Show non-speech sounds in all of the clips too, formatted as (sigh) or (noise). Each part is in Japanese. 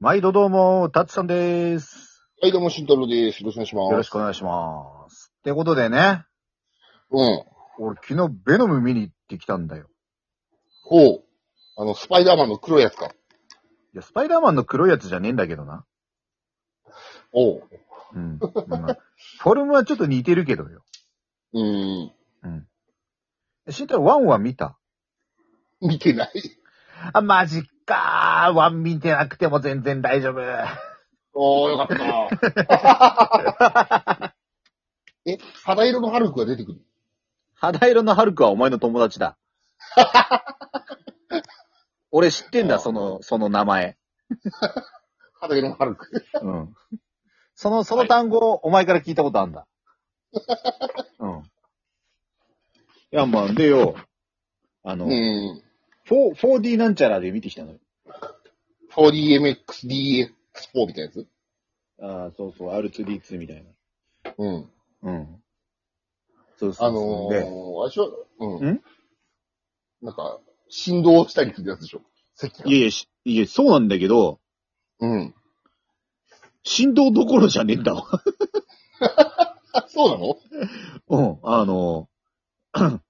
毎度どうも、たつさんでーす。はい、どうも、慎太郎です。よろしくお願いします。よろしくお願いします。ってことでね、うん。俺昨日ベノム見に行ってきたんだよ。ほう。あの、スパイダーマンの黒いやつか。いや、スパイダーマンの黒いやつじゃねえんだけどな。おう。うん。まあフォルムはちょっと似てるけどよ。うーん。しんたろワンは見た見てない。あ、マジかー。ワン見てなくても全然大丈夫。おー、よかった。 (laughs) え、肌色のハルクが出てくる。肌色のハルクはお前の友達 (laughs) だ。俺知ってんだ、その、その名前。肌色のハルク。うん。その、その単語をお前から聞いたことあんだ。うん。いや、まあ、でよ、あうの、ーん。 4 4D なんちゃらで見てきたのよ。 4DMXDX4 みたいなやつああ、そうそう、R2D2 みたいうん。な。うん。そうそうあのー、であれでしょうん。んなんか、振動したりするやつでしょ咳がいやいやし、いや、そうなんだけど、うん。振動どころじゃねえんだわ。あ、そうなのうん、あの、 (clears throat)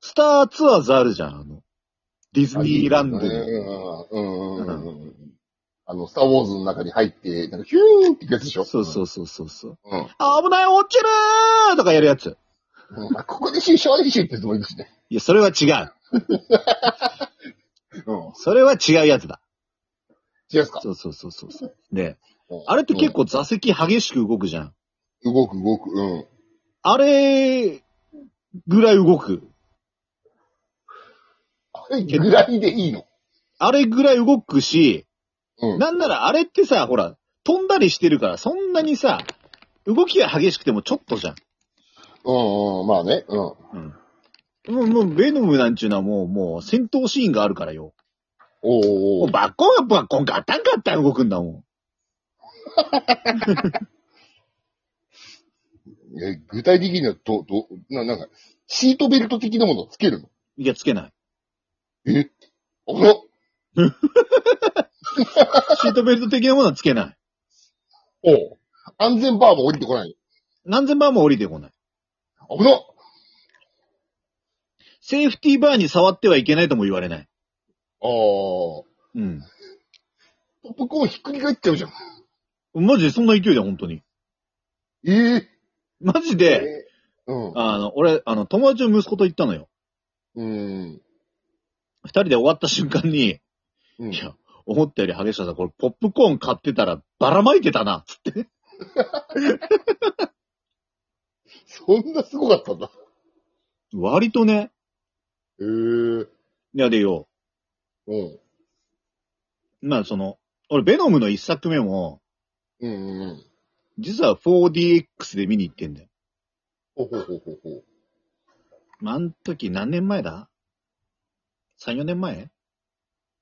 スターツアーズあるじゃん、あの、ディズニーランドうんの。うんうんうんうん。あの、スターウォーズの中に入って、なんかヒューンってやつでしょそうそうそうそうそう。うん。危ない、落ちるーとかやるやつ。うん。あ、ここで新章でしょってやつもいるしね。いや、それは違う。 (laughs) うん。それは違うやつだ。違うっすかそうそうそうそうそう。で、うんあれって結構座席激しく動くじゃん。うん動く動く。うん。あれぐらい動く。あれぐらいでいいの。あれぐらい動くし、うん。なんならあれってさ、ほら、飛んだりしてるから、そんなにさ、動きが激しくてもちょっとじゃん。うんうん。まあね。うん。うん。もう、もう、ベノムなんちゅうのはもう、もう、戦闘シーンがあるからよ。おもーおうーおーバッコンがバッコンガタンガタン動くんだもん。え具体的にはど、ど、な、なんか、シートベルト的なものをつけるのいや、つけない。あらシートベルト的なものはつけない。おう安全バーも降りてこない。何千万も降りてこない。危なセーフティーバーに触ってはいけないとも言われない。あー。うん。ポップコーンひっくり返っちゃうじゃん。マジでそんな勢いだ、本当に。ええマジで、えーうん。あの、俺、あの、友達の息子と行ったのよ。うん。二人で終わった瞬間に、うんいや、思ったより激しかった。これ、ポップコーン買ってたら、ばらまいてたな、つって。そんなすごかったんだ。割とね、へえー。いやでよ、うん。まあその、俺、ベノムの一作目も、うんうんうん。実は 4DX で見に行ってんだよ。ほほほほほ。まあ、あの時何年前だ ?3、4年前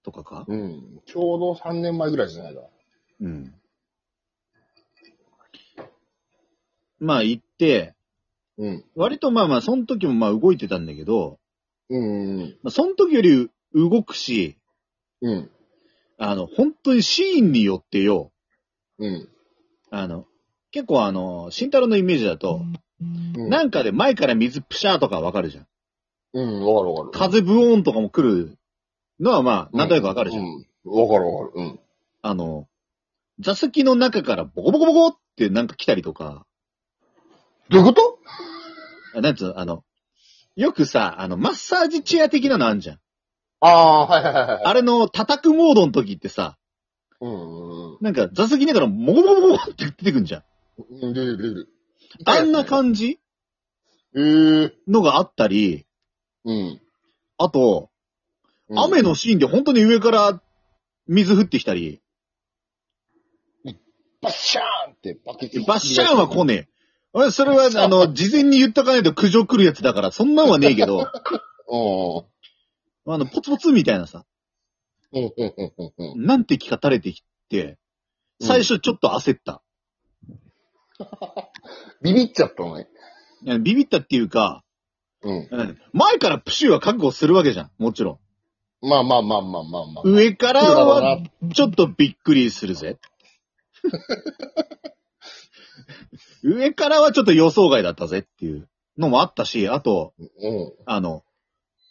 とかかうん。ちょうど3年前ぐらいじゃないか。うん。まあ行って、うん。割とまあまあ、その時もまあ動いてたんだけど、うんうんまあ、その時より動くし、うん。うん。あの、本当にシーンによってよ、うん。あの、結構あの、慎太郎のイメージだと、うん。なんかで前から水プシャーとかわかるじゃん。うん、わかるわかる。風ブオーンとかも来るのはまあ、なんとなくわかるじゃん。うん。わかるわかる。うん。あの、座席の中からボコボコボコってなんか来たりとか、どういうことあなんつうの、あの、よくさ、あの、マッサージチェア的なのあんじゃん。ああー、はいはいはいはい。あれの叩くモードの時ってさ、うんうんなんか座席だからモコモコモコって出てくんじゃん。うん。出る出る。あんなじ。感じええのがあったり、うん。あと、うん雨のシーンで本当に上から水降ってきたり、バッシャーンってバケツ。バッシャーンは来ねねえ。俺それは、あの、事前に言っとかないと苦情来るやつだから、そんなんはねえけど、 (laughs) うあの、ポツポツみたいなさ、ん。うんうんうんうんうん。なんて気が垂れてきて、最初ちょっと焦った。ビビっちゃったのね。ビビったっていうか、うん。うん前からプシューは覚悟するわけじゃん、もちろん。まあまあまあまあまあまあ。上からは、ちょっとびっくりする (laughs) ぜ。上からはちょっと予想外だったぜっていうのもあったし、あと、うんあの、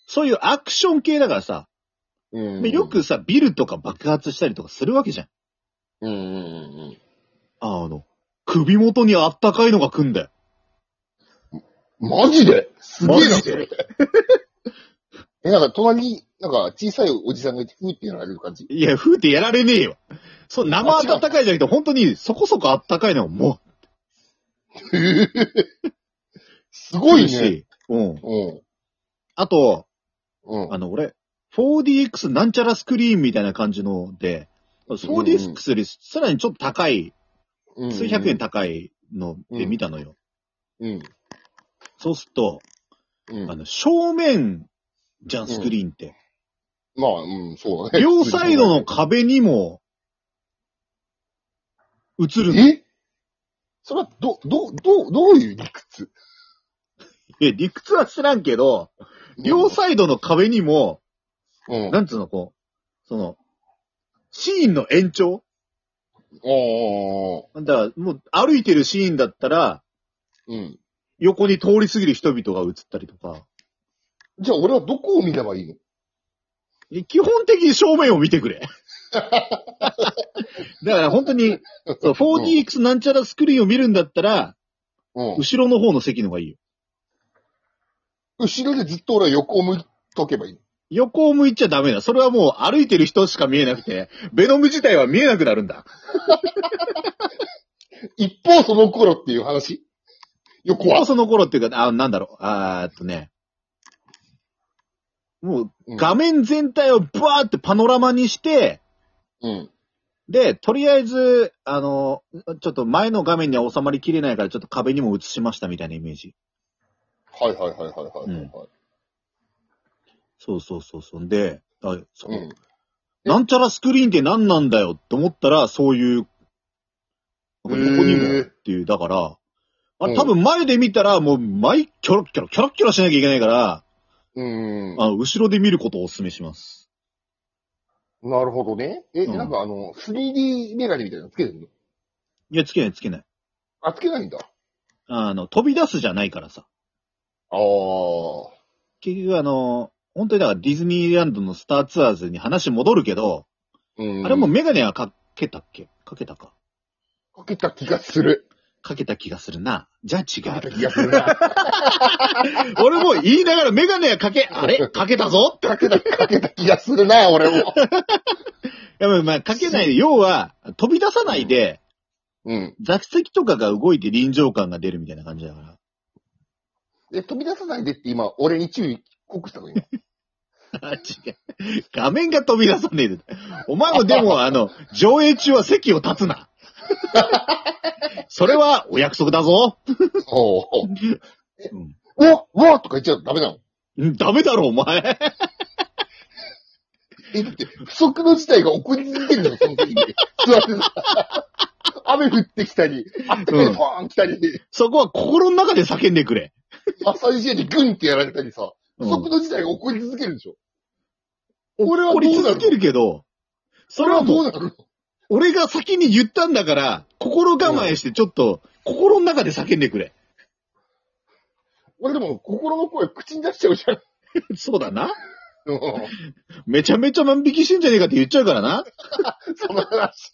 そういうアクション系だからさ、うんでよ、くさ、ビルとか爆発したりとかするわけじゃん。うんうんうんあの、首元にあったかいのが来んだよ。うん。マジですげえマな、ジそでれ。 (laughs) え、なんか隣に、なんか小さいおじさんがいて、ふーってやられる感じ。いや、ふーってやられねえよ。そう、生暖かいじゃなくて、本当にそこそこあったかいのがもすう、ごい来ね。るし。うん。うん。あと、うん。あの、俺、4DX なんちゃらスクリーンみたいな感じので、4DX よりさらにちょっと高い、うん数百円高いので見たのよ。うん。そうすると、うんあ。の、正面じゃん、スクリーンって。まあ、うん、そうだね。両サイドの壁にも、映るの。えそれは、ど、ど、ど、どういう理屈え、理屈は知らんけど、両サイドの壁にも、うん。なんつうの、こう、その、シーンの延長おーだから、もう歩いてるシーンだったら、うん。横に通り過ぎる人々が映ったりとか、じゃあ俺はどこを見ればいいのえ基本的に正面を見てくれ。だから本当に、そう、4DX なんちゃらスクリーンを見るんだったら、うん。後ろの方の席の方がいいよ。後ろでずっと俺は横を向いとけばいい。横を向いちゃダメだ。それはもう歩いてる人しか見えなくて、ベノム自体は見えなくなるんだ。一方その頃っていう話横は。その頃っていうか、あ、なんだろう、あーっとね、もううん画面全体をバーってパノラマにして、うん。で、とりあえず、あの、ちょっと前の画面には収まりきれないから、ちょっと壁にも映しましたみたいなイメージ。はいはいはいはいはいはいはい。そうそうそうそう。んで、あそううん。なんちゃらスクリーンって何なんだよって思ったら、そういう、なんか横にへもーっていう、だから、あうれん多分前で見たら、もう、毎、キョロキョロ、キョロキョロしなきゃいけないから、うん。あの後ろで見ることをお勧めします。なるほどね。え、うんなんかあの、3D メガネみたいなのつけてるのいや、つけないつけない。あ、つけないんだ。あの、飛び出すじゃないからさ。ああ。結局あの、本当にだからディズニーランドのスターツアーズに話戻るけど、うん。あれもメガネはかけたっけかけたか。かけた気がする。かけた気がするな。じゃあ違かけ (laughs) う。た気がするな。俺も言いながらメガネはかけ、あれかけたぞかけた、かけた気がするな、俺も。いや、まあまあ、かけないで、要は、飛び出さないで、うん。座席とかが動いて臨場感が出るみたいな感じだから。え、飛び出さないでって今、俺に注意、告したの今。あ、違う。画面が飛び出さねえで。お前もでも、あ (laughs) の、上映中は席を立つな。それはお約束だぞ。おうおう。うんうわうわとか言っちゃダメなのうんダメだろ、お前。え、だって、不測の事態が起こり続けるのよ、その時に。座ってさ (laughs) 雨降ってきたり、あったかいファーン来たり、そこは心の中で叫んでくれ。マッサージ屋にグンってやられたりさ、不うん測の事態が起こり続けるでしょ。俺は怒どうなりるの続けるけど、それはどもうう、なる俺が先に言ったんだから、心構えしてちょっと、心の中で叫んでくれ。俺でも、心の声口に出しちゃうじゃん。そうだな。 (laughs) うんめちゃめちゃ万引きしてんじゃねえかって言っちゃうからな。その話。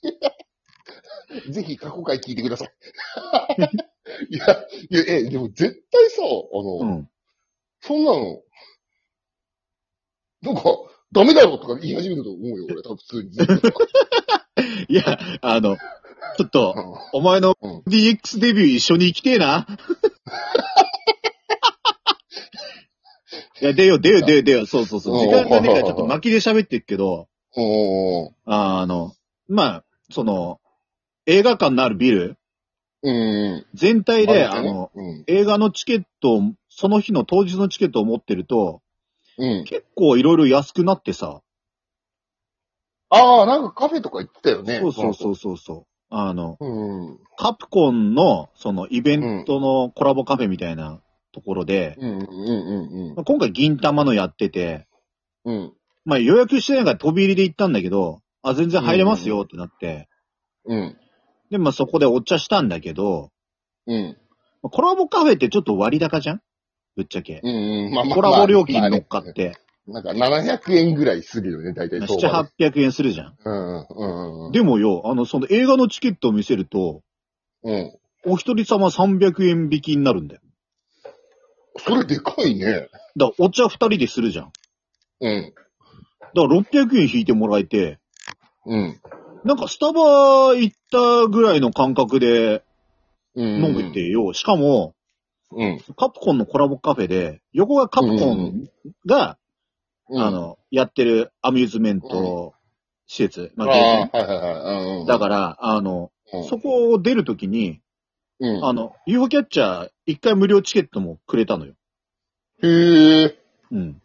ぜひ過去回聞いてく (laughs) ださい。いや、いや、え、でも絶対さ、あの、ん。そんなの、なんか、ダメだよとか言い始めると思うよ、俺。多分普通に。 (laughs) いや、あの、ちょっと、うお前のうん DX デビュー一緒に行きてえ (laughs) な。いや、出よう、出よう、出よう、出よう。そうそうそう。時間がねえからちょっと巻きで喋ってっけど、んおーあの、まあ、その、映画館のあるビル、うん。全体で、まあの、うん。映画のチケットを、その日の当日のチケットを持ってると、うん。結構いろいろ安くなってさ、ああ、なんかカフェとか行ってたよね。そうそうそうそうそう。あの、う。うん。カプコンの、そのイベントのコラボカフェみたいなところで、うん、うん、うん、まあ今回銀玉のやってて、うん。うん。まあ予約してないから飛び入りで行ったんだけど、あ、全然入れますよってなって、うん。で、まあそこでお茶したんだけど、うん。まあコラボカフェってちょっと割高じゃんぶっちゃけ。うん。うん。まあまあ。コラボ料金まあ乗ねっかって、なんか700円ぐらいするよね、大体7、相場は。 800円するじゃん。うんうんうん。でもよ、あの、その映画のチケットを見せると、うん。お一人様300円引きになるんだよ。それでかいね。だからお茶二人でするじゃん。うだん。から600円引いてもらえて、うん。なんかスタバ行ったぐらいの感覚でうん。飲めて。よ。しかも、うん。カプコンのコラボカフェで、横がカプコンが、うんあ、の、やってるアミューズメント施設。あまあ、あはゲいームねはいはい。うんうん。だから、あの、うん、そこを出るときに、うん。あの、UFO キャッチャー一回無料チケットもくれたのよ。へえ。うん。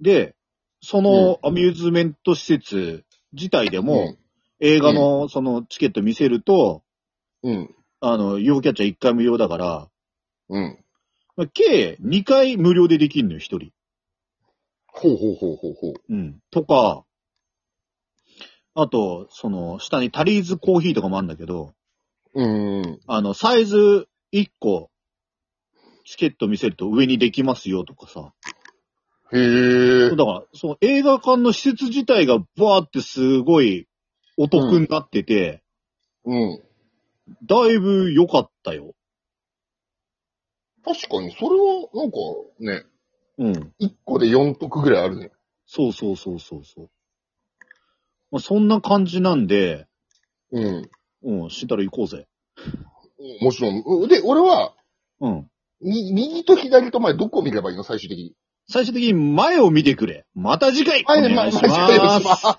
で、そのアミューズメント施設自体でも、映画のそのチケット見せると、うん。うん。あの、UFO キャッチャー一回無料だから、うん。まあ計2回無料でできるのよ、一人。ほうほうほうほうほう。うん。とか、あと、その、下にタリーズコーヒーとかもあるんだけど、うん。あの、サイズ1個、チケット見せると上にできますよとかさ。へえだ。から、その映画館の施設自体がバーってすごいお得になってて、うん。だいぶ良かったよ。確かに、それは、なんか、ね、うん。 1個で4得ぐらいあるね。そうそうそうそうそう。まあ、そんな感じなんで、うん。うん、慎太郎行こうぜ。もちろん。うで、俺は、うん。み、右と左と前、どこを見ればいいの最終的に。最終的に前を見てくれ。また次回おはい願いします。ま